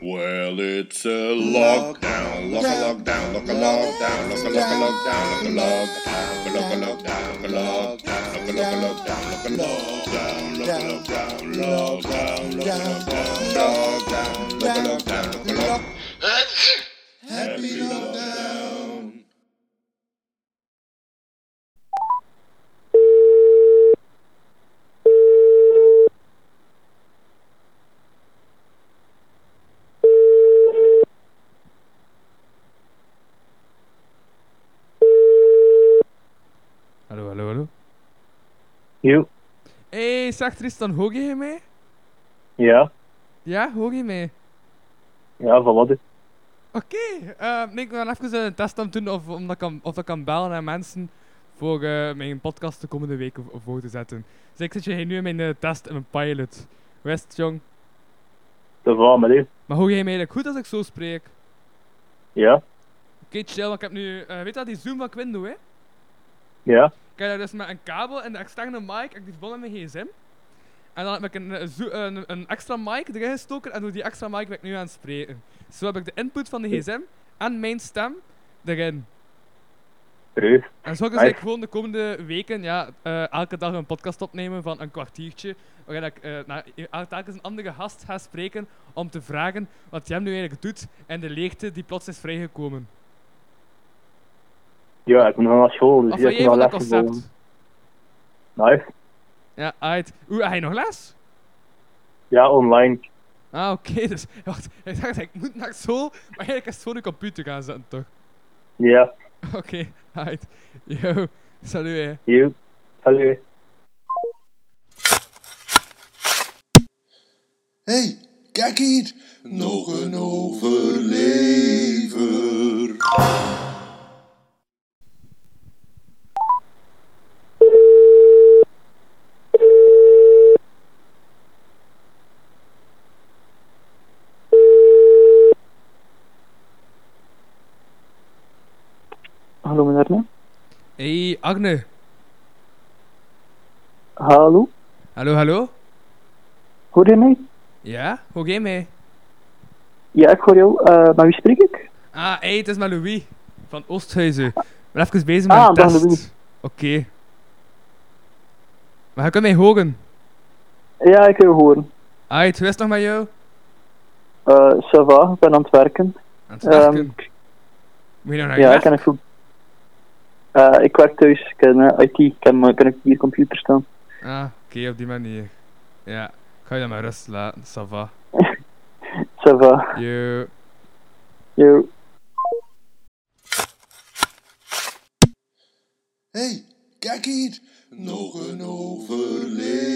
Well, it's a lockdown, lock a lockdown, lock a lockdown, lock a lock a lockdown, lock a lockdown, lock a lockdown, lock a lockdown, lock a lockdown, lock a lockdown, lockdown, lockdown, lockdown, lockdown, lockdown, lockdown, lockdown. Happy lockdown. Hallo, hallo, hallo. Jo, Hé, hey, zag Tristan, hoor je mij? ja. Ja, hoor je mij? Ja, dus. van wat is Oké, eh, nee, ik wil even een test aan het doen of, om dat kan, of dat kan bellen naar mensen voor eh, mijn podcast de komende week vo- voor te zetten. Dus ik zit je hier nu in mijn eh, test en mijn pilot. West, jong. de vrouw met u? Maar hoor jij mij eigenlijk goed als ik zo spreek? Oké, Ja, chill, want ik heb nu... eh, weet je dat, die Zoom van Quindo, hè? ja, Ik heb daar dus met een kabel en de externe mic, ik heb die verbonden met mijn gsm. En dan heb ik een, eh, zo- een, een extra mic erin gestoken en door die extra mic ben ik nu aan het spreken. Zo heb ik de input van de gsm en mijn stem erin. terug. En zo ga Nice. ik gewoon de komende weken ja, eh, elke dag een podcast opnemen van een kwartiertje. Waarin ik eh naar eh, telkens een andere gast ga spreken om te vragen wat jij nu eigenlijk doet en de leegte die plots is vrijgekomen. Ja, ik moet nog naar school, dus Of ik wat heb jij van nog dat les concept? gevonden. Nice. Ja, uit. Oeh, heb je nog les? Ja, online. Ah, oké, dus wacht, ik dacht ik moet naar school, maar eigenlijk is het voor de computer gaan zetten, toch? Ja, Oké, uit. Yo, salut hè. jo. Hallo. Hé, hey, kijk hier. Nog een overlever. Hallo, meneer Arne. Hey, Agne. Hallo, Hallo, hallo? hoor je mij? Ja, hoe jij mee? Ja, ik hoor jou. Eh maar wie spreek ik? Ah, hey, het is met Louis van Oosthuizen. Ik ben even bezig met Ah, een dag, test. Oké. Louis. Maar je kunt mij horen. Ja, ik wil jou horen. Uit, hoe is het nog met jou? Eh ça va, ik ben aan het werken. Aan het Ehm, werken. Moet je nog naar je ja, werk? ik kan het goed. Eh, ik werk thuis, ik ken eh, IT, ik kan, eh, kan ik hier computer staan. Ah, oké, op die manier. Ja, ik ga je dan maar rust laten, ça va. Ça va, Yo. yo. Hé, hey, kijk hier. Nog een overlever.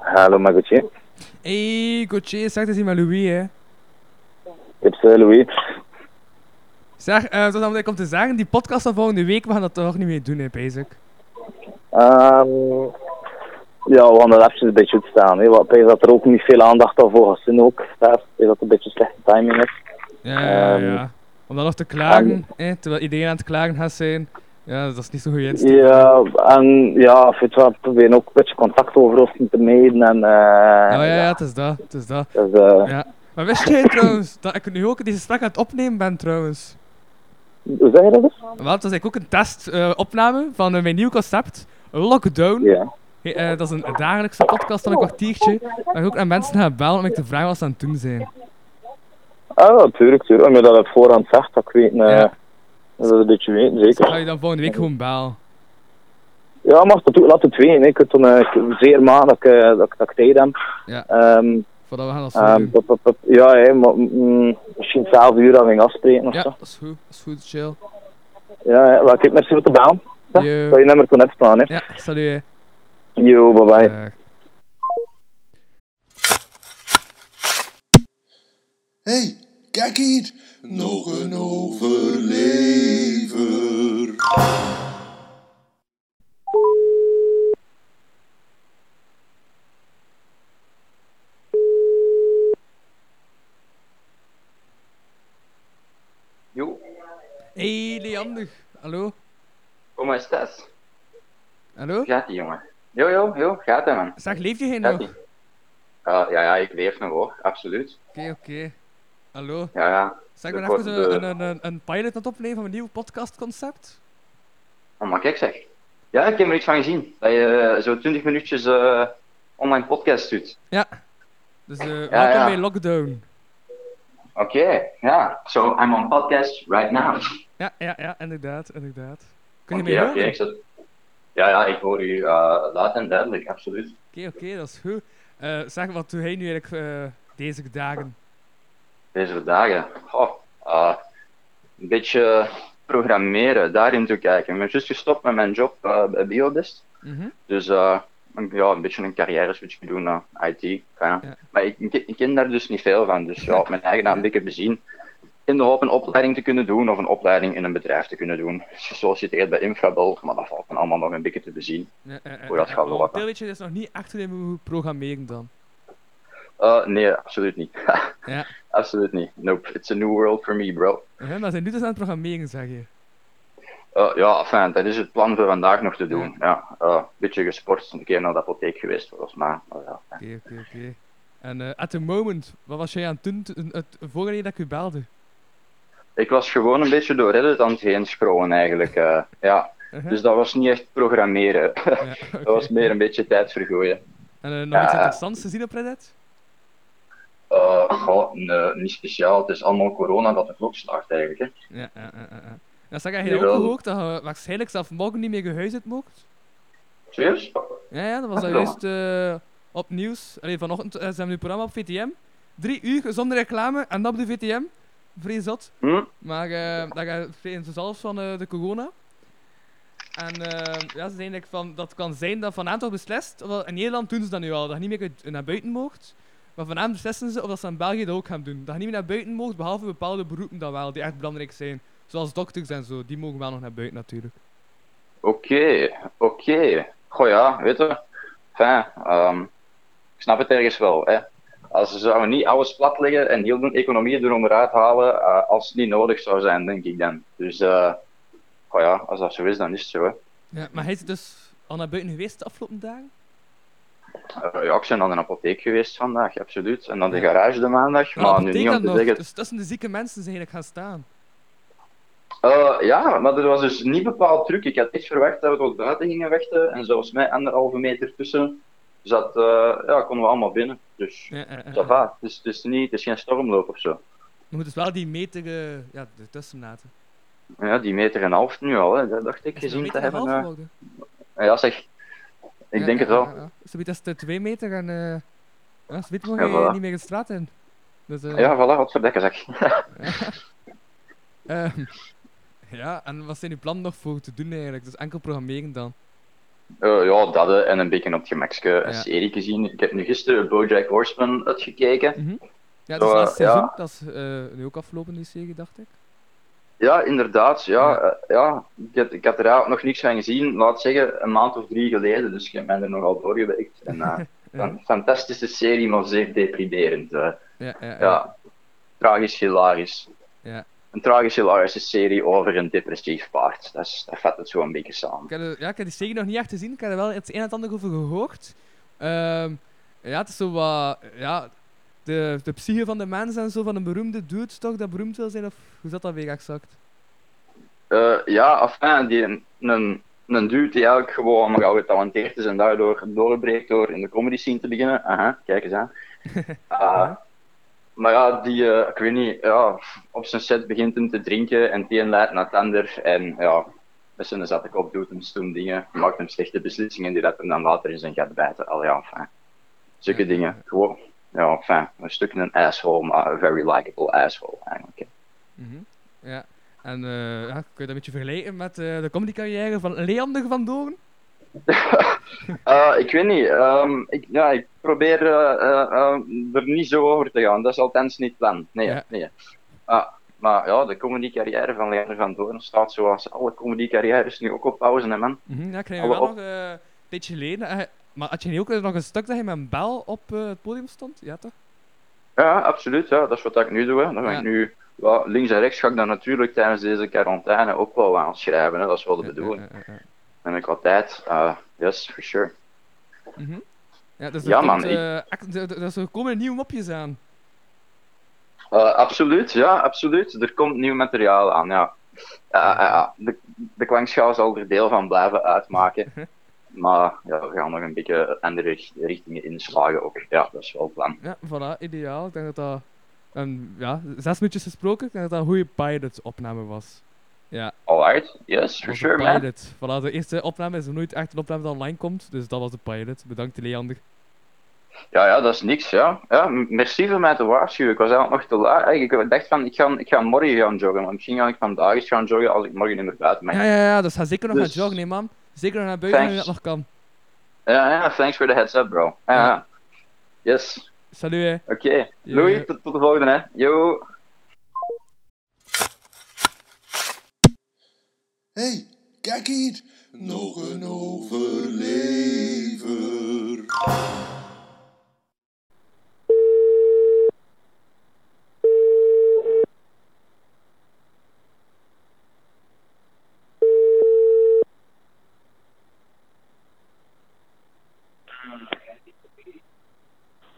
Hallo Magotje, Hey, coaché, zeg dat is met Louis, hè. het is eh, Louis. Zeg, eh zoals ik om te zeggen, die podcast van volgende week, we gaan dat toch niet meer doen, hè, basic. Ehm, ja, we gaan er even een beetje uitstaan. Hè. Want ik denk dat er ook niet veel aandacht aan voor gaat zijn ook. Daar, ik denk dat het een beetje slechte timing is. Ja, ja, Ehm. ja. Om dan nog te klagen, hè, terwijl iedereen aan het klagen gaat zijn. Ja, dat is niet zo goed insteek. Ja, en ja, vind je wel, we proberen ook een beetje contact over ons te vermijden. En, eh, Oh ja, ja, het is dat, het is dat. Dus, eh, Ja. Maar wist jij trouwens dat ik nu ook deze gesprek aan het opnemen ben trouwens? Hoe zeg je dat dus? Want dat is eigenlijk ook een testopname opname van eh, mijn nieuw concept, Lockdown. Ja. Hey, eh, dat is een dagelijkse podcast van een kwartiertje, waar ik ook aan mensen ga bellen om ik te vragen wat ze aan het doen zijn. Ah, ja, tuurlijk, tuurlijk. Omdat je dat op voorhand zegt, dat ik weet, eh, Ja. dat we dat een beetje weten, Dus ga zeker. je dan volgende week gewoon bellen. Ja, mag dat ook, laat het weten. hè. Ik heb dan eh, zeer maand dat, ik, eh, dat, ik- dat ik tijd heb. Ja. Ehm, Voordat we gaan dat zo Ehm, doen. pop, pop, pop. ja, hè, maar, mm, misschien 12 uur aan ging afspreken of Ja, zo. dat is goed, dat is goed, chill. Ja, hè, wel, kijk, merci voor de baan. Ja, Yo. Zal je nummer toen uitslaan, hè. Ja, salut. hè. Yo, bye bye. Dag. Hé, hey, kijk hier. Nog een overlever. Hey, niet handig. Hallo? Kom maar, Stas. Hallo? Gaat die, jongen? Jo, jo, jo, gaat hij, man. Zeg, leef je geen nog? Gaat die. Oké, Ah, ja, ja, ik leef nog hoor, absoluut. oké. Hallo? Ja, ja. Zeg, De ik ben kort- even de- een, een, een, een pilot aan het opnemen van een nieuw podcastconcept. Oh, maar kijk zeg. Ja, ik heb er iets van gezien. Dat je eh, zo 20 minuutjes eh, online podcast doet. Dus eh welkom ja. bij Lockdown. Oké, ja. So, I'm on podcast right now. Ja, ja, ja, inderdaad, inderdaad. Kun Oké, je mij oké, horen? Oké, ik zat... Ja, ja, ik hoor u eh, luid en duidelijk, absoluut. oké, dat is goed. Eh, zeg, wat doe jij nu eigenlijk eh, deze dagen? Deze dagen. Goh, eh, een beetje programmeren, daarin toe kijken. Ik ben juist gestopt met mijn job eh, bij Biobest. Mhm. Dus eh, een- ja, een beetje een carrière switch doen naar IT. ja. Ja. Maar ik, ik, ik ken daar dus niet veel van. Dus ja, op mijn eigen naam dikke bezien. In de hoop een opleiding te kunnen doen of een opleiding in een bedrijf te kunnen doen. Dus Gesolliciteerd bij Infrabel, maar dat valt me allemaal nog een beetje te bezien. Ja, eh, eh, Hoe dat eh, gaat lopen. momenteel weet je dus nog niet echt hoe je moet programmeren dan. Eh, nee, absoluut niet. Ja. Absoluut niet. Nope, it's a new world for me, bro. Hè, maar zijn nu dus aan het programmeren, zeg je. Eh, ja, fijn, dat is het plan voor vandaag nog te doen. Ja, eh, een beetje gesport, een keer naar de apotheek geweest volgens mij. Maar ja, Oké, oké, oké. En eh, at the moment, wat was jij aan het doen t- eh, het vorige keer dat ik u belde? Ik was gewoon een beetje door Reddit aan het heen scrollen eigenlijk. eh, ja. Uh-huh. Dus dat was niet echt programmeren. Ja, oké. dat was meer een beetje tijd vergooien. En eh, nog Ja, iets ja. interessants te zien op Reddit? Eh, goh, nee, niet speciaal. Het is allemaal corona dat de klok slaagt eigenlijk. Hè. Ja, ja, ja, ja, ja. Dat zag je ook Jawel. gehoord dat je waarschijnlijk zelf morgen niet meer gehuisd mocht. Serieus? Ja, ja, dat was Ah, al ja. juist eh, op nieuws. Allee, vanochtend eh, ze hebben nu programma op VTM. Drie uur zonder reclame en dat op de VTM. Vrij zot. Hm? Maar eh dat gaat vrezen zelfs van eh, de corona. En eh, ja, ze zijn like van, dat kan zijn dat vanavond toch beslist. of dat- in Nederland doen ze dat nu al, dat je niet meer uit- naar buiten mocht. Maar vanavond beslissen ze of dat ze in België dat ook gaan doen. Dat je niet meer naar buiten mocht, behalve bepaalde beroepen dan wel, die echt belangrijk zijn. Zoals dokters en zo, die mogen wel nog naar buiten natuurlijk. Oké, oké. Goh ja, weet je. Fijn. ehm, ik snap het ergens wel. Hè. Als ze zouden niet alles plat leggen en heel de economie eronderuit halen eh, als het niet nodig zou zijn, denk ik dan. Dus eh goh ja, als dat zo is, dan is het zo. Hè. Ja, maar hij is dus al naar buiten geweest de afgelopen dagen? Eh, ja, ik ben aan de apotheek geweest vandaag, absoluut. En dan de garage de maandag, dat maar nu niet om betekent te nog, zeggen... dus tussen de zieke mensen zijn eigenlijk gaan staan. Eh, ja, maar er was dus niet bepaald truc. Ik had echt verwacht dat we tot buiten gingen vechten. En zoals mij anderhalve meter tussen zat, eh, ja, konden we allemaal binnen. Dus, Ja, eh, eh, ça va. Het is, het is, niet, het is geen stormloop of zo. Je moet dus wel die meter eh, ja, ertussen laten. Ja, die meter en een half nu al, hè. dat dacht ik Is het een gezien meter te en een hebben. half eh. geworden? ja, zeg. Ik Ja, denk ja, het wel. Ja, ja. Zo biedt als het 2 meter en eh ja, zo biedt mag Ja, je voilà. niet meer de straat in. Dus, eh, Ja, voilà, wat verdekken zeg. ehm, ja, en wat zijn uw plannen nog voor te doen eigenlijk? Dus enkel programmeren dan. Eh, ja, dat eh, en een beetje op het gemakske een Ja. serie gezien. Ik heb nu gisteren Bojack Horseman uitgekeken. Ja, dus dat is Zo, laatste eh, ja. seizoen. Dat is eh, nu ook afgelopen, die serie, dacht ik. Ja, inderdaad. Ja, Ja. eh, ja. Ik, had, ik had er eigenlijk nog niks van gezien, laat zeggen, een maand of drie geleden. Dus ik ben er nogal doorgewerkt. En, eh, een fantastische serie, maar zeer deprimerend. eh. Ja, ja, ja. ja. Tragisch, hilarisch. Ja. Een tragisch, hilarische serie over een depressief paard. Dat, is, dat vat het zo een beetje samen. Ik, heb, er- ja, ik heb die serie nog niet echt gezien. Ik heb er wel het een en het ander over gehoord. Ehm, ja, het is zo wat... Ja, de, de psyche van de mens en zo, van een beroemde dude toch, dat beroemd wil zijn? Of hoe zat dat weer exact? Eh, ja, enfin, die, een, een dude die eigenlijk gewoon gauw getalenteerd is en daardoor doorbreekt door in de comedy scene te beginnen. Aha, kijk eens aan. Ah, maar ja, die, eh, ik weet niet, ja, op zijn set begint hem te drinken en het een leidt naar het ander. En ja, met zijn zat ik op, doet hem stoem dingen, maakt hem slechte beslissingen die dat hem dan later in zijn gaat bijten. Al ja, enfin. Zulke Ja. dingen. Gewoon, ja, enfin, een stukje een asshole, maar een very likable asshole eigenlijk. hè. Mhm, Ja. En eh, ja, kun je dat een beetje vergelijken met eh, de comedycarrière van Leander van Doorn? Eh, ik weet niet. ehm, ik, ja, ik probeer eh, eh, eh, er niet zo over te gaan. Dat is althans niet het plan. Nee, Ja. nee. Ah, maar ja, de comedycarrière van Leander van Doorn staat zoals alle comedycarrières nu ook op pauze, hè, man. Mhm, Ja, ik kreeg Alle wel op- nog eh, een tijdje geleden. eh, maar had je niet ook nog een stuk dat je met een bel op eh, het podium stond? Ja, toch? Ja, absoluut. Ja, dat is wat ik nu doe. hè. Dan ben Ja. ik nu ja, links en rechts ga ik dan natuurlijk tijdens deze quarantaine ook wel aan schrijven. Hè? Dat is wel de bedoeling. Eh, eh, eh, eh. En ik had tijd. eh, yes, for sure. Mhm. Ja, dus er Ja, komt, man, ik- eh, act- er- er- er- er komen nieuwe mopjes aan. Eh, absoluut, ja, absoluut. Er komt nieuw materiaal aan, ja. Ja, ja, ja. de, de klankschaal zal er deel van blijven uitmaken. Mhm. Maar ja, we gaan nog een beetje andere richt- richtingen inslagen ook. Ja, dat is wel het plan. Ja, voilà, ideaal. Ik denk dat dat. een- ja, zes minuutjes gesproken. Ik denk dat dat een goede pilot-opname was. Ja, Alright, yes, for was sure, een man. pilot. Voilà, de eerste opname is nooit echt een opname dat online komt. Dus dat was de pilot. Bedankt, Leander. Ja, ja, dat is niks, ja. ja. m- Merci voor mij te waarschuwen. Ik was eigenlijk nog te laat. Eigenlijk, Ik dacht van, ik ga, ik ga morgen gaan joggen. Maar misschien ga ik vandaag eens gaan joggen als ik morgen niet meer buiten ben. Ja, ja, ja, dus ga zeker nog Dus- gaan joggen, nee, man. Zeker nog naar buiten nu dat Thanks. nog kan. Ja, ja, thanks for the heads up, bro. Ja, Ja. ja. Yes, Salut, hè. oké. Louis, Ja. tot, tot de volgende, hè. Yo. hey, kijk hier. Nog een overlever.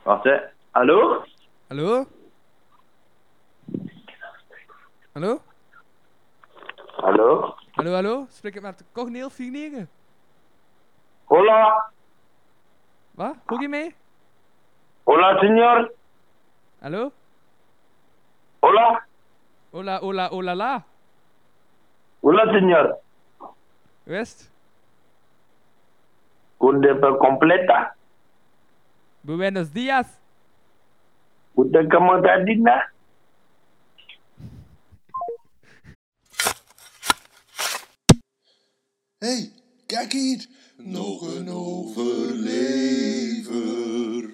Wacht, hè. Hallo? Hallo? Hallo? Hallo? Hallo, hallo? Spreek ik met Cogneel 49? Hola. Wat? Hoor je mij? Hola, senor. Hallo? Hola. Hola, hola, hola, la. Hola, senor. West? Kunde per completa. Buenos dias. Kunde kamatadina. hey, kijk hier. Nog een overlever.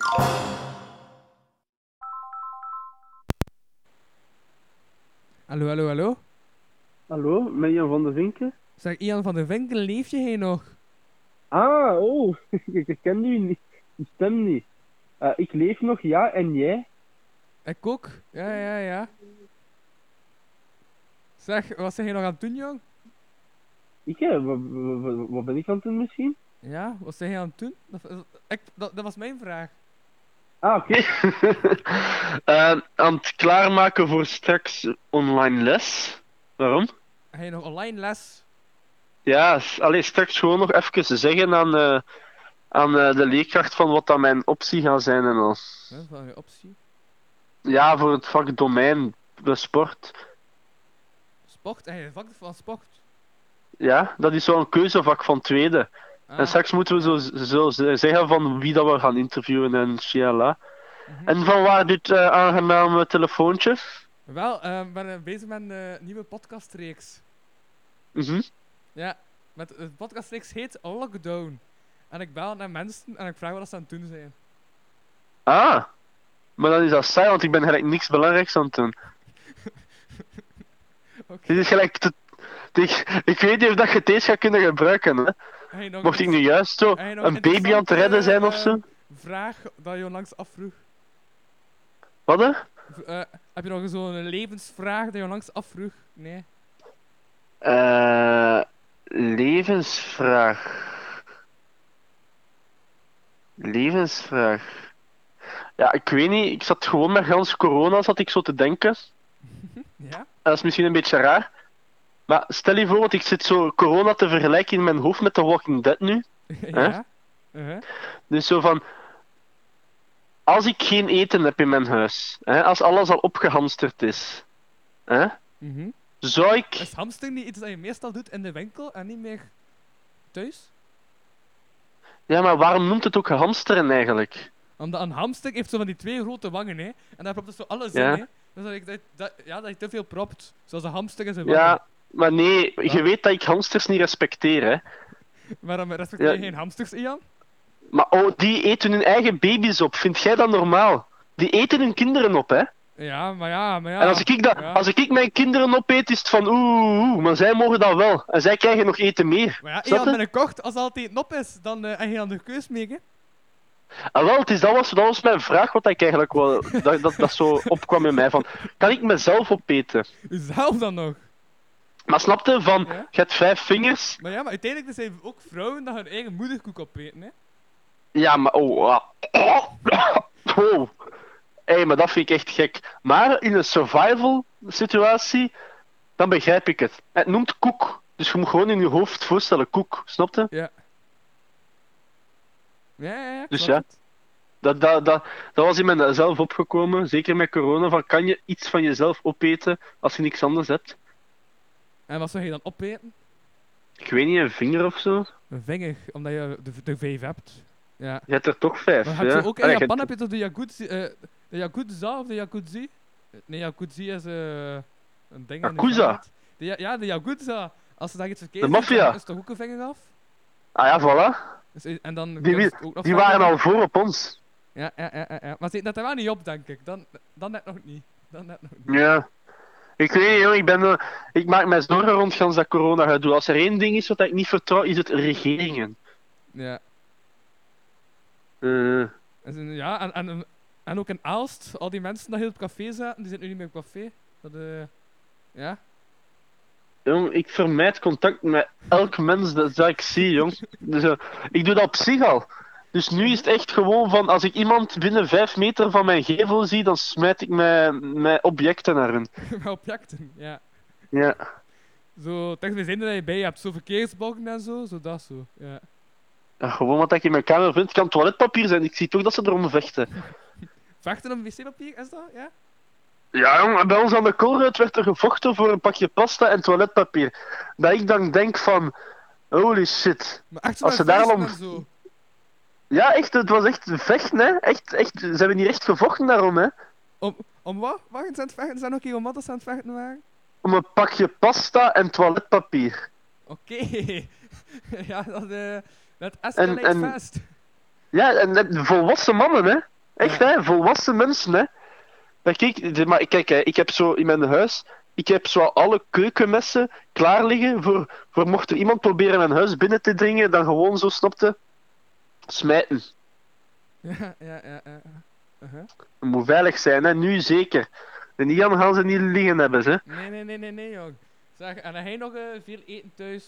Hallo, hallo, hallo? Hallo, met Jan van der Vinken. Zeg, Ian van de Winkel, leef je hier nog? Ah, oh, ik herken nu niet, die stem niet. Eh, ik leef nog, ja, en jij? Ik ook. Ja, ja, ja. Zeg, wat zijn je nog aan het doen, jong? Ik, hè, wa- wa- wa- wat ben ik aan het doen misschien? Ja, wat zijn je aan het doen? Dat, dat- ik, dat, dat was mijn vraag. Ah, oké. Eh, aan het klaarmaken voor straks online les. Waarom? Ga je nog online les? Ja, s- allee, straks gewoon nog even zeggen aan, eh, aan eh, de leerkracht van wat dan mijn optie gaat zijn en al. Hè, van je optie? Ja, voor het vak domein, de sport. Sport? En je vak van sport? Ja, dat is zo'n keuzevak van tweede. Ah, En straks moeten we zo, zo z- zeggen van wie dat we gaan interviewen en shala. mhm. En van waar dit eh, aangename telefoontje? Wel, eh, ik ben eh, bezig met een eh, nieuwe podcastreeks. Mhm. Ja, met, de podcastreeks heet Lockdown. En ik bel naar mensen en ik vraag wat ze aan het doen zijn. Ah, maar dan is dat saai, want ik ben gelijk niks belangrijks aan het doen. Oké. Dit is gelijk. Te... Ik, ik weet niet of dat je deze gaat kunnen gebruiken. Hè? Ga je nog Mocht ik nu iets- juist zo Heb je nog een baby aan het redden zijn of zo? interessante, Vraag dat je onlangs afvroeg. Wat? hè? V- eh, heb je nog zo'n levensvraag dat je onlangs afvroeg? Nee. Eh, levensvraag. Levensvraag. Ja, ik weet niet. Ik zat gewoon met gans corona, zat ik zo te denken. Ja? Dat is misschien een beetje raar. Maar stel je voor, want ik zit zo corona te vergelijken in mijn hoofd met The Walking Dead nu. ja? Uh-huh. Dus zo van. Als ik geen eten heb in mijn huis, hè, als alles al opgehamsterd is, hè, Mhm. zou ik. Is hamster niet iets dat je meestal doet in de winkel en niet meer thuis? Ja, maar waarom noemt het ook hamsteren eigenlijk? Omdat een hamster heeft zo van die twee grote wangen, hè. En daar propt het zo alles Ja. in, hè. Dus dat, ik- dat, dat, ja, dat je te veel propt. Zoals een hamster in zijn wangen. Ja, maar nee, je weet dat ik hamsters niet respecteer, hè? Waarom respecteer je Ja. geen hamsters, Ian? Maar oh, die eten hun eigen baby's op. Vind jij dat normaal? Die eten hun kinderen op, hè? Ja, maar ja, maar ja. En als ik, dat, ja. als ik mijn kinderen opeet, is het van oeh, oeh, maar zij mogen dat wel. En zij krijgen nog eten meer. Maar ja, Snap Ian, je? binnenkort, als het altijd nop is, dan eh, heb je dan de keus mee, hè. Ah, wel, het is, dat, was, dat was mijn vraag, wat ik eigenlijk wel, dat, dat, dat zo opkwam in mij. Van, kan ik mezelf opeten? Zelf dan nog. Maar snapte van, Ja? je hebt vijf vingers. Maar ja, maar uiteindelijk zijn ook vrouwen dat hun eigen moederkoek opeten, hè. Ja, maar oh, ah. oh. Hey, maar dat vind ik echt gek. Maar in een survival situatie, dan begrijp ik het. Het noemt koek. Dus je moet gewoon in je hoofd voorstellen koek, snapte? Ja, ja, ja. ik Dus snap ja. het. Dat, dat, dat, dat was in mij zelf opgekomen, zeker met corona, van kan je iets van jezelf opeten als je niks anders hebt? En wat zou je dan opeten? Ik weet niet, een vinger of zo? Een vinger, omdat je de, de vijf hebt. Ja. Je hebt er toch vijf, Maar ja? heb je ook in Allee, je Japan hebt- heb je toch de jacuzzi, eh, de yakuza of de jacuzzi? Nee, jacuzzi is eh, een ding in Yakuza? Nederland. De, ja- ja, de yakuza. Als ze daar iets verkeerd De doen, maffia? dan is toch ook een vinger af? Ah ja, voilà. Dus, eh, en dan Die, kunnen wi- ze het ook nog die vangen. waren al voor op ons. Ja, ja, ja, ja, ja. Maar ze eten dat er wel niet op, denk ik. Dan, dan net nog niet. Dan net nog niet. Ja. Ik weet niet, joh, ik, ben, eh, ik maak mij zorgen rond gans dat corona gaat doen. Als er één ding is wat ik niet vertrouw, is het regeringen. Ja. Eh, En, ze- ja, en, en, en ook in Aalst, al die mensen die heel op café zaten, die zitten nu niet meer op café. Dat, eh, ja. jong, ik vermijd contact met elk mens dat, dat ik zie, jong. Dus, eh, ik doe dat op zich al. Dus nu is het echt gewoon van, als ik iemand binnen vijf meter van mijn gevel zie, dan smijt ik mijn, mijn objecten naar hun. Met objecten, ja. Ja. Zo, technisch zin dat je bij hebt. Zo verkeersbalken en zo, zo dat zo. Ja. Ja, Gewoon wat ik in mijn kamer vind. Het kan toiletpapier zijn, ik zie toch dat ze erom vechten. Vechten om wc-papier, is dat? Ja? Ja, jong, bij ons aan de koolruit werd er gevochten voor een pakje pasta en toiletpapier. Dat ik dan denk van, holy shit. Maar echt zo Als met ze daar vuisten al en om- zo. Ja, echt, het was echt vechten, hè. Echt, echt, ze hebben hier echt gevochten daarom, hè. Om, om wat? Wacht, ze aan het vechten? Zijn ook hier om wat dat ze aan het vechten waren? Om een pakje pasta en toiletpapier. Oké. ja, dat, eh dat escalate en- fast. Ja, en net volwassen mannen, hè. Echt, Ja. hè, volwassen mensen, hè. Maar kijk, de- maar kijk hè, ik heb zo in mijn huis, ik heb zo alle keukenmessen klaar liggen voor, voor mocht er iemand proberen mijn huis binnen te dringen, dan gewoon zo, snapte, smijten. Ja, ja, ja. ja. Uh-huh. Het moet veilig zijn, hè? nu zeker. En die Jan gaan ze niet liggen hebben, hè? Nee, nee, nee, nee, nee, jong. Zeg, en heb jij nog eh, veel eten thuis?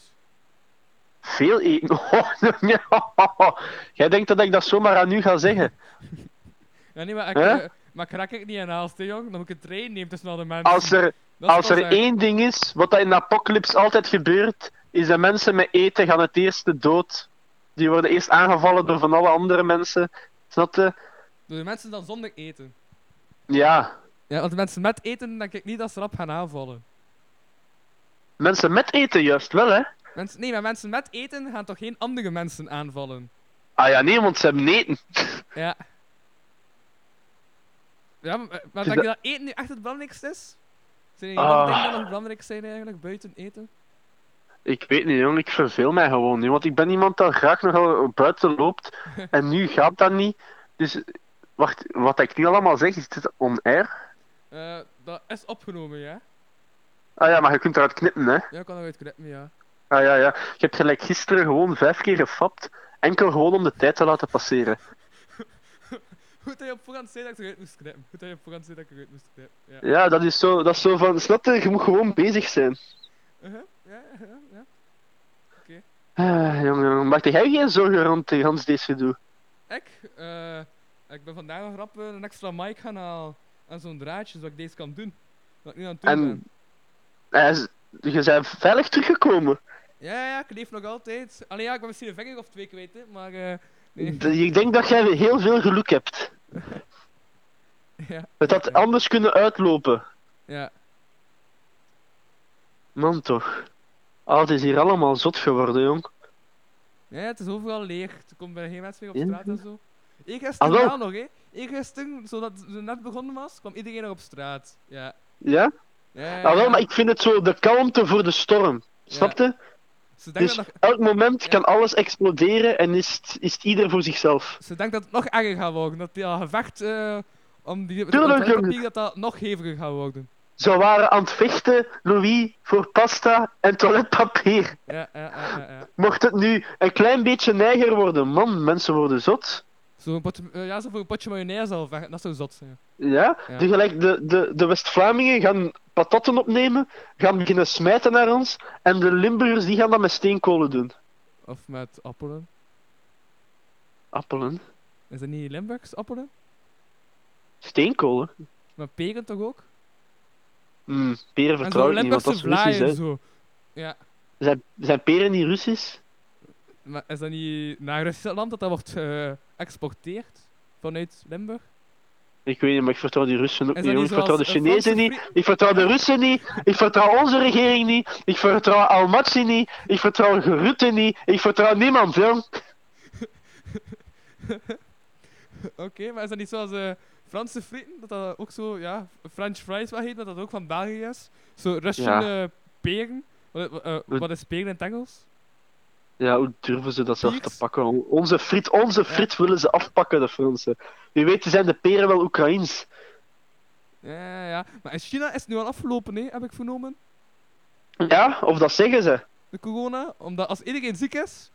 Veel eten. Oh, ja. Jij denkt dat ik dat zomaar aan u ga zeggen? Ja, nee, maar ik, Hè? eh, maar ik raak ik niet in haast, hè, jong. Dan moet ik een trein nemen tussen al de mensen. Als er, Dat is eh, als er wel zeg. één ding is wat dat in de apocalypse altijd gebeurt, is dat mensen met eten gaan het eerste dood. Die worden eerst aangevallen door van alle andere mensen. Snap je? Door de mensen dan zonder eten. Ja. Ja, want de mensen met eten, denk ik niet dat ze rap gaan aanvallen. Mensen met eten juist wel, hè? Mensen, nee, maar mensen met eten gaan toch geen andere mensen aanvallen? Ah ja, nee, want ze hebben eten. Ja. Ja, maar, maar Dus denk je dat eten nu echt het belangrijkste is? Zijn er nog Ah. dingen die nog belangrijk zijn eigenlijk, buiten eten? Ik weet niet, jong. Ik verveel mij gewoon nu. Want ik ben iemand dat graag nogal buiten loopt. En nu gaat dat niet. Dus wacht, wat ik nu allemaal zeg, is dit on-air? Eh, dat is opgenomen, ja? Ah ja, maar je kunt eruit knippen, hè? Ja, ik kan nog uitknippen, ja. Ah ja, ja. Je hebt gelijk gisteren gewoon vijf keer gefapt. Enkel gewoon om de tijd te laten passeren. Goed dat je op voorhand zei dat ik eruit moest knippen. Goed dat je op voorhand zei dat ik eruit moest knippen, ja. Ja, dat is zo, dat is zo van. Snap je? Je moet gewoon bezig zijn. Uh-huh, ja, ja, ja. Ah, jongen, jongen. Maak jij geen zorgen rond de gans deze gedoe? Ik, eh, ik ben vandaag nog rap eh, een extra mic gaan halen en zo'n draadje, zodat ik deze kan doen. Dat ik nu aan het doen ben. En. eh, z- je bent veilig teruggekomen. Ja, ja, ja, ik leef nog altijd. Alleen ja, ik ben misschien een vinger of twee kwijt, hè, maar eh, nee. D- Ik denk dat jij heel veel geluk hebt. ja, Het had anders kunnen uitlopen. ja. Man toch. Ah, het is hier allemaal zot geworden, jong. Ja, het is overal leeg. Er komt bijna geen mens meer op Ja. straat en zo. Ik Ah, wel. gisteren wel nog, hè. Ik gisteren, zodat het net begonnen was, kwam iedereen nog op straat. Ja. Ja? Ja, ja, Ah wel, ja. maar ik vind het zo de kalmte voor de storm. Snap je? Ze denkt Dus dat, nog- elk moment Ja. kan alles exploderen en is het, is het ieder voor zichzelf. ze denkt dat het nog erger gaat worden. Dat die al gevecht eh, om die Tuurlijk, om het jongen. papier, dat dat nog heviger gaat worden. Ze waren aan het vechten, Louis, voor pasta en toiletpapier. Ja, ja, ja, ja. ja. Mocht het nu een klein beetje neiger worden, man, mensen worden zot. Zo'n pot, eh, ja, zo voor een potje mayonaise al weg. Dat zou zot zijn. Ja? Ja. Die gelijk de, de, de West-Vlamingen gaan patatten opnemen, gaan beginnen smijten naar ons, en de Limburgers die gaan dat met steenkolen doen. Of met appelen. Appelen? Is dat niet Limburgs appelen? Steenkolen? Maar peren toch ook? Hm, peren En vertrouw zo'n ik niet, want dat Limburgse is vlaaien Russisch, hè. zo. Ja. Zijn, zijn peren niet Russisch? Maar is dat niet naar Russisch land dat dat wordt eh, geëxporteerd? Vanuit Limburg? Ik weet niet, maar ik vertrouw die Russen ook Is dat niet. jongen. niet Ik vertrouw de zoals een Franse Chinezen niet, fri- ik vertrouw de Russen niet, ik vertrouw onze regering niet, ik vertrouw Almaty niet, ik vertrouw Rutte niet, ik vertrouw niemand, jong. Oké, maar is dat niet zoals eh Franse frieten? Dat dat ook zo, ja, French fries wat heet, maar dat dat ook van België is? Zo Russian Ja. eh, peren? Wat, wat- eh, Wat- wat is peren in het Engels? Ja, hoe durven ze dat zelf te Niks. pakken? Onze friet, onze friet willen ze afpakken, de Fransen. Wie weet zijn de peren wel Oekraïens. Ja, ja, ja. Maar in China is het nu al afgelopen, hè, heb ik vernomen. Ja, of dat zeggen ze. De corona. Omdat als iedereen ziek is,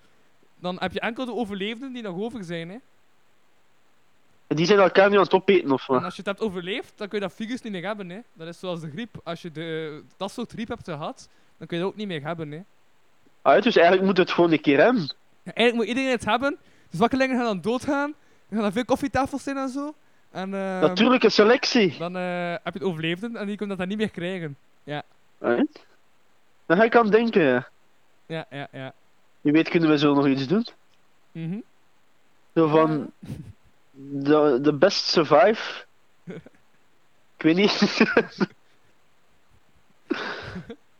dan heb je enkel de overlevenden die nog over zijn, hè. Die zijn elkaar nu aan het opeten, of En wat? als je het hebt overleefd, dan kun je dat virus niet meer hebben, hè. Dat is zoals de griep. Als je de, eh, dat soort griep hebt gehad, dan kun je dat ook niet meer hebben, hè. Ah, dus eigenlijk moet het gewoon een keer hebben. Ja, eigenlijk moet iedereen het hebben. De zwakkelingen gaan dan doodgaan. Er gaan dan veel koffietafels zijn en zo. En ehm, Natuurlijke selectie. dan eh, heb je het overleefden en die kunnen dat dan niet meer krijgen. Right? Dan ga ik aan denken, ja. Ja, ja, ja. Wie weet kunnen we zo nog iets doen. Mhm. Zo van. De, de best survive. Ik weet niet.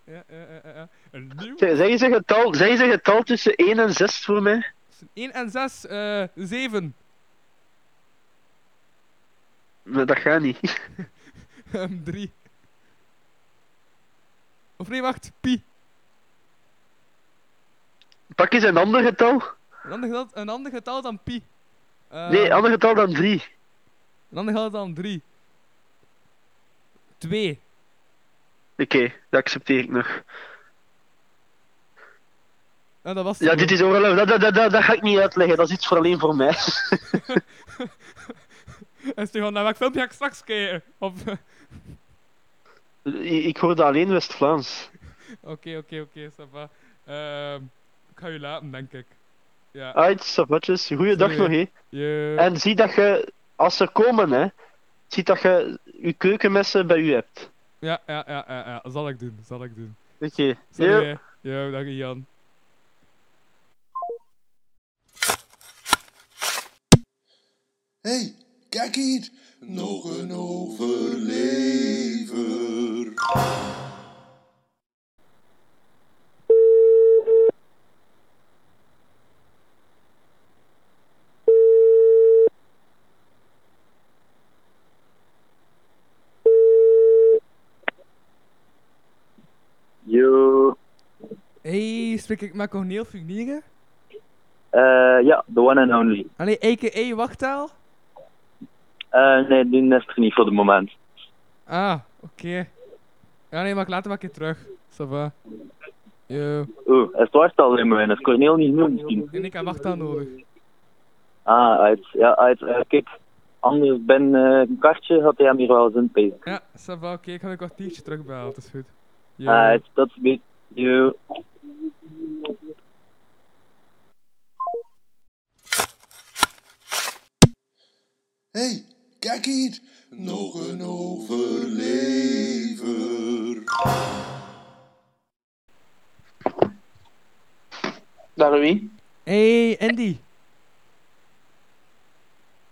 Ja, ja, ja, ja, ja. Een nieuw. Zeg- zeg, eens een getal, zeg eens een getal tussen 1 en 6 voor mij. 1 en 6, eh 7. Maar dat gaat niet. 3. Ehm, Of nee, wacht. Pi. Pak eens een ander getal. Een ander getal, een ander getal dan pi. Eh, Nee, ander getal dan 3. Een ander getal dan 3. 2. Oké, dat accepteer ik nog. Ja, dat was het Ja, wel. dit is oorlog. Dat, dat, dat, dat, dat ga ik niet uitleggen. Dat is iets voor alleen voor mij. En Stefan, naar welk filmpje ga ik straks kijken? Of... I- ik hoorde alleen West-Vlaams. Oké, oké, oké, Sapa. ik ga je laten, denk ik. Ja. Uit, sabatjes. Goeiedag Sorry, nog, hé. Je... En zie dat je, als ze komen, hè, zie dat je je keukenmessen bij u hebt. Ja, ja, ja, ja, ja, zal ik doen, zal ik doen. Oké. Sorry, Ja. hè. Ja, dag Jan. hey, kijk hier. Nog een overlever. Yo. Hey, spreek ik met Corneel Fugnieren? Eh, ja, the one and only. Allee, a.k.a. Wachtaal? Eh, nee, nu is het er niet voor de moment. Ah, oké. Ja, nee, maar ik laat hem een keer terug. Sapa. Yo. Oeh, het was het al in mijn Is Corneel niet genoemd misschien? En ik heb Wachtaal nodig. Ah, uit. Ja, uit. eh, kijk, anders ben eh een kartje, had hij hem hier wel eens in pezen. Ja, Sapa, oké, ik ga een kwartiertje terugbellen, dat is goed. Yo. Ah, Eh, Uit, dat is goed. Yo. hey, kijk hier. Nog een overlever. Daar wie? Hey, Andy.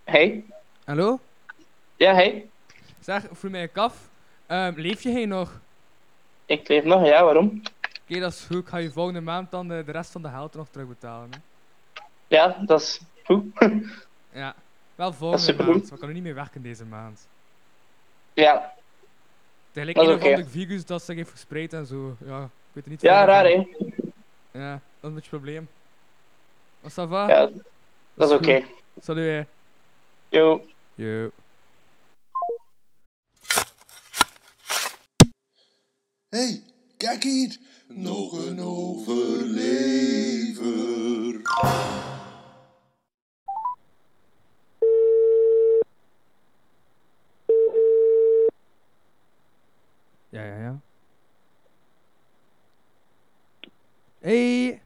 Hey. Hallo? Ja, hey. Zeg, voor mij kaf. Ehm, leef je geen nog? Ik leef nog, ja, waarom? Oké, dat is goed. Ik ga je volgende maand dan eh, de, de rest van de geld nog terugbetalen. Hè. Ja, dat is goed. Ja, wel volgende supergoed. maand. want We kunnen niet meer werken deze maand. ja. Tegelijk Dat een is of oké. ander virus dat zich heeft verspreid en zo. Ja, ik weet er niet Ja, verder raar, van. hè. Ja, dat is een beetje een probleem. Maar ça va? Ja, dat is oké. goed. Salut, hè. Yo. Yo. hey, kijk hier. Nog een overlever. Ja, ja, ja. Hey,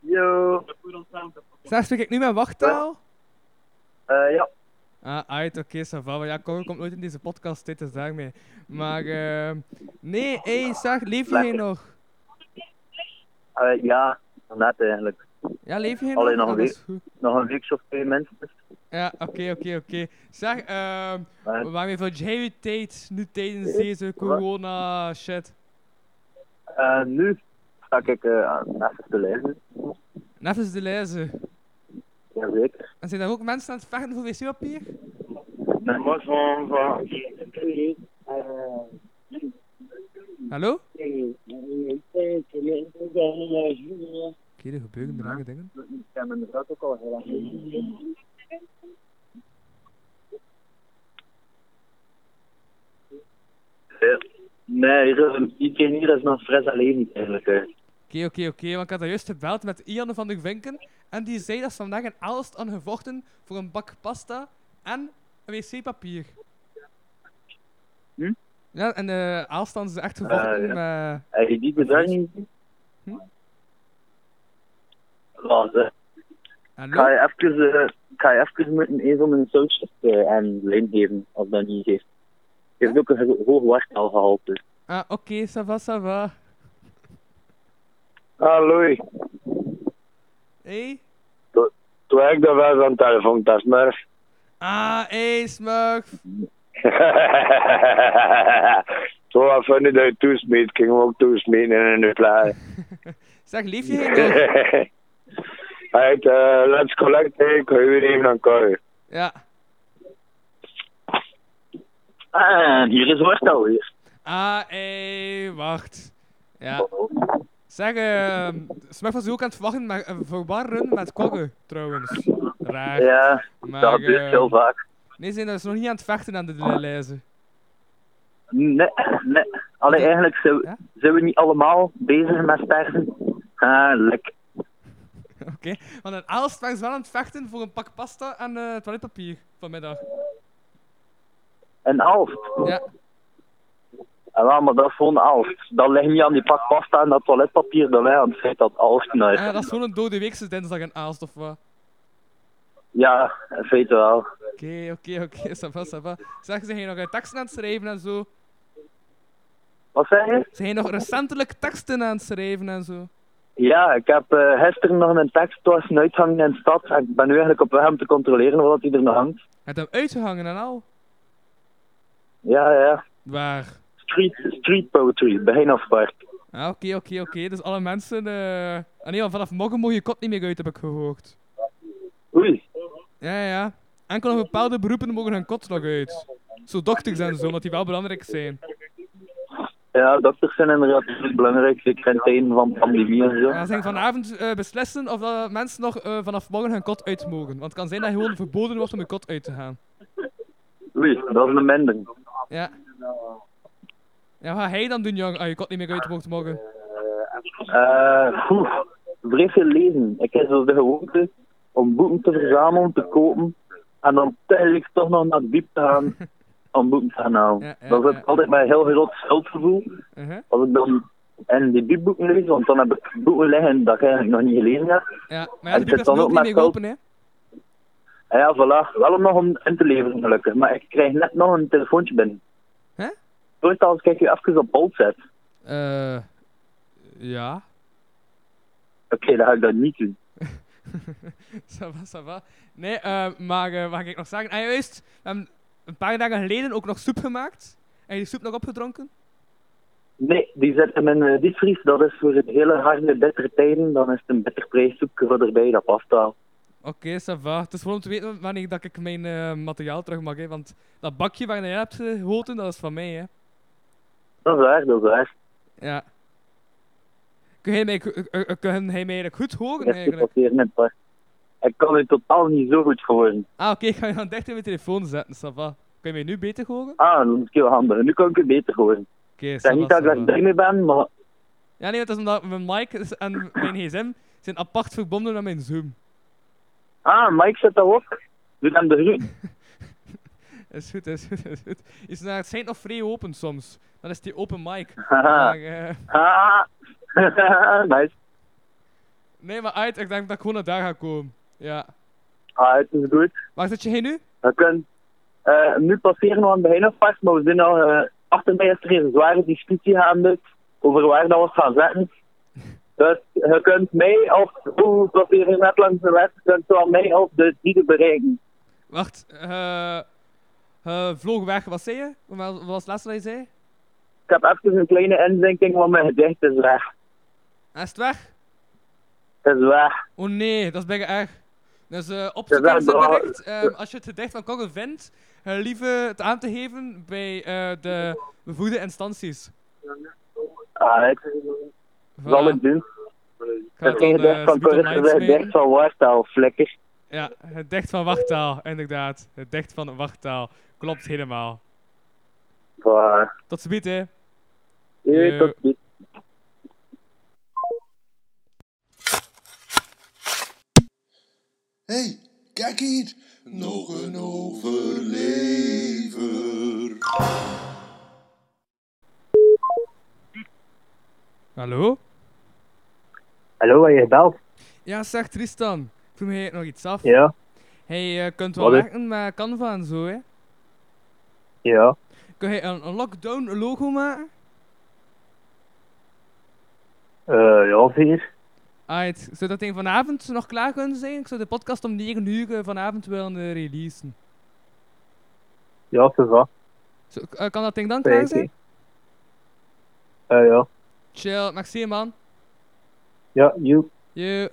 Yo. Zeg, spreek ik nu mijn wachttaal? Eh, ja. Ah, uit, oké, ça va. Maar Ja, Cor komt nooit in deze podcast, dit is daarmee. Maar, ehm nee, hey, zeg, leef je hier nog? Eh, ja, net eigenlijk. Ja, leef je hier Alleen nog? nog Ah, een dat is goed. Nog een week of twee mensen. Ja, oké, oké, oké. Zeg, ehm Maar- waarmee vond jij je tijd nu tijdens deze corona-shit? Eh, nu ga ik eh, aan- even te lezen. Even te lezen. Jazeker. En zijn daar ook mensen aan het vechten voor wc-papier? Hallo? Oké, er gebeuren belangrijke dingen. Ik heb mijn vrouw ook al heel lang. Nee, hier is- ik ken hier is nog fris alleen niet eigenlijk. hè. Oké, oké, oké, want ik had daar juist gebeld met Ian van de Winken. En die zei dat ze vandaag in Aalst aan gevochten voor een bak pasta en een wc-papier. Hm? Ja, en eh Aalst hadden ze echt gevochten. met- Heb je die bedrag niet gezien? Hm? Laat, hè. Ik Hallo? ga je even, eh, ik ga je even moeten een van mijn zoutjes eh, aan lijn geven, als dat niet geeft. Je hebt ook een ho- hoog wartaal gehaald. Dus. Ah, oké, ça va, ça va. Hallo, Hey? toen ik dat was aan de telefoon, dat is Murf. Ah, hey, Smurf. Zo even niet dat je toesmeet, ik ging hem ook toesmeten in de plaat. Zeg, lief je hier nog? Uit, eh, let's collect, hey, ik ga je weer even aan elkaar. Ja. Ah, hier is wartaal weer. Ah, hey, wacht. Ja. Zeg, eh, Smurf was u ook aan het verwachten met, eh, verwarren met koggen, trouwens. Raar. Ja, maar, dat gebeurt eh, heel vaak. Nee, ze zijn dus nog niet aan het vechten aan de de- lijzen. Nee, nee. Allee, Ja. eigenlijk zijn we, Ja? zijn we niet allemaal bezig met sterven. Ah, lek. Oké, want een Aalst waren ze wel aan het vechten voor een pak pasta en eh, toiletpapier vanmiddag. En Alst. Ja. Ah, wel, maar dat is gewoon Alst. Dat ligt niet aan die pak pasta en dat toiletpapier. Dat ligt aan het feit dat Alst nou is. Eh, dat is gewoon een dode weekse dinsdag in Aalst of wat. Ja, in feite wel. Oké, oké, oké, ça va, ça va. Zeg, zijn jij nog eh, teksten aan het schrijven en zo? Wat zeg je? Zijn jij nog recentelijk teksten aan het schrijven en zo? Ja, ik heb eh, gisteren nog een tekst was een uitgang in de stad. En ik ben nu eigenlijk op weg om te controleren of dat die er nog hangt. Heb je hem uitgehangen en al? Ja, ja. Waar? Street, street poetry, begin afwaard. Ah, oké, oké, oké. Dus alle mensen... eh Ah nee, want vanaf morgen mag je kot niet meer uit, heb ik gehoord. Oei, Ja, ja, ja. Enkel nog bepaalde beroepen mogen hun kot nog uit. Zo dokters en zo, omdat die wel belangrijk zijn. ja, dokters zijn inderdaad heel belangrijk. Zeker in tijden van pandemie en zo. Ja, ze gaan vanavond eh, beslissen of dat mensen nog eh, vanaf morgen hun kot uit mogen. Want het kan zijn dat je gewoon verboden wordt om je kot uit te gaan. Oei, dat is een mindering. Ja. Ja, wat ga jij dan doen, jong, als je kot niet meer uit mocht mogen? Eh, poeh, vrij veel lezen. Ik heb zo de gewoonte om boeken te verzamelen, te kopen. En dan tijdelijk toch nog naar diep te gaan om boeken te gaan halen. Ja, ja, dat is ja. altijd mijn heel groot schuldgevoel. Uh-huh. Als ik dan en die biepboeken lees, want dan heb ik boeken liggen dat ik eigenlijk nog niet gelezen heb. Ja, maar ja, de En het bieb is is dan nu ook ook niet maar meer geld. open, hè? En ja, voilà. Wel om nog om in te leveren, gelukkig. Maar ik krijg net nog een telefoontje binnen. Hè? Voorstel als ik je even op hold zet. Eh. ja. Oké, dan ga ik dat niet doen. ça va, ça va. Nee, eh, maar eh, wat ga ik nog zeggen? Ah, juist, we hebben een paar dagen geleden ook nog soep gemaakt. En die soep nog opgedronken. Nee, die zet hem in eh, diepvries. Dat is voor het hele harde, bittere tijden. Dan is het een bitter prijszoekje voor erbij, dat past wel. Oké, ça va. Het is gewoon om te weten wanneer dat ik mijn eh, materiaal terug mag. Hè. Want dat bakje waar je in hebt gehoten, dat is van mij. Hè. Dat is waar, dat is waar. Ja. Kun jij mij, go- eh, eh, kun hij mij eigenlijk goed horen Echt eigenlijk? gepasseerd net pas. Ik kan het totaal niet zo goed horen. Ah, oké, ik ga je dan dicht in mijn telefoon zetten, ça va. Kun je mij nu beter horen? Ah, dat is heel handig. Nu kan ik het beter horen. Oké, Ik zeg ça niet dat va, ik ça daar va. blij mee ben, maar Ja, nee, want dat is omdat mijn mic is- en mijn gsm zijn apart verbonden met mijn Zoom. Ah, Mike zit daar ook. Doe hem de groen. Is goed, is goed, is goed. Is naar het zijn nog vrij open soms. Dan is die open mic. Haha. Maar, eh, Ah. nice. nee, maar uit, ik denk dat ik gewoon naar daar ga komen. Ja. Ah, het is goed. Waar zit je heen nu? We kunnen eh, nu passeren we aan het begin alvast, maar we zijn al eh achter mij is er een zware discussie gaande over waar dat we het gaan zetten. Dus je kunt mij of hoe passeren net langs de weg, je kunt zowel mij of de dieren bereiken. Wacht, eh. eh, vloog weg, wat zei je? Wat wat was het laatste dat je zei? Ik heb even een kleine inzinking, want mijn gedicht is weg. Hij is het weg? Het is weg. Oh nee, dat is bijna erg. Dus eh op Ja, de dat- dat- direct, ehm, als je het gedicht van Kogge vindt, eh, liever het aan te geven bij eh, de bevoegde instanties. Ah, ik zal Voilà. het doen. Ik ga Het het is een dan, gedicht eh, van subiet online Corrigere, smeren. gedicht van Waartaal, flikker. Ja, het dicht van wachttaal, inderdaad. Het dicht van wachttaal. Klopt helemaal. Voilà. Tot ziens, hè. Doei, Eh, eh, tot ziens. hey, kijk hier. Nog een overlever. Hallo? Hallo, wat je gebeld? Ja, zeg Tristan. Ik vroeg mij nog iets af. Ja, Hij eh, kunt wel Wat is- werken met Canva en zo, hè. ja. Kun je een, een lockdown logo maken? Eh, ja, vier. Alright, zou dat ding vanavond nog klaar kunnen zijn? Ik zou de podcast om 9 uur eh, vanavond willen eh, releasen. Ja, te va. Zo, eh, kan dat ding dan klaar Twee zijn? Eh, ja. Chill, merci man. Ja, you. Yo.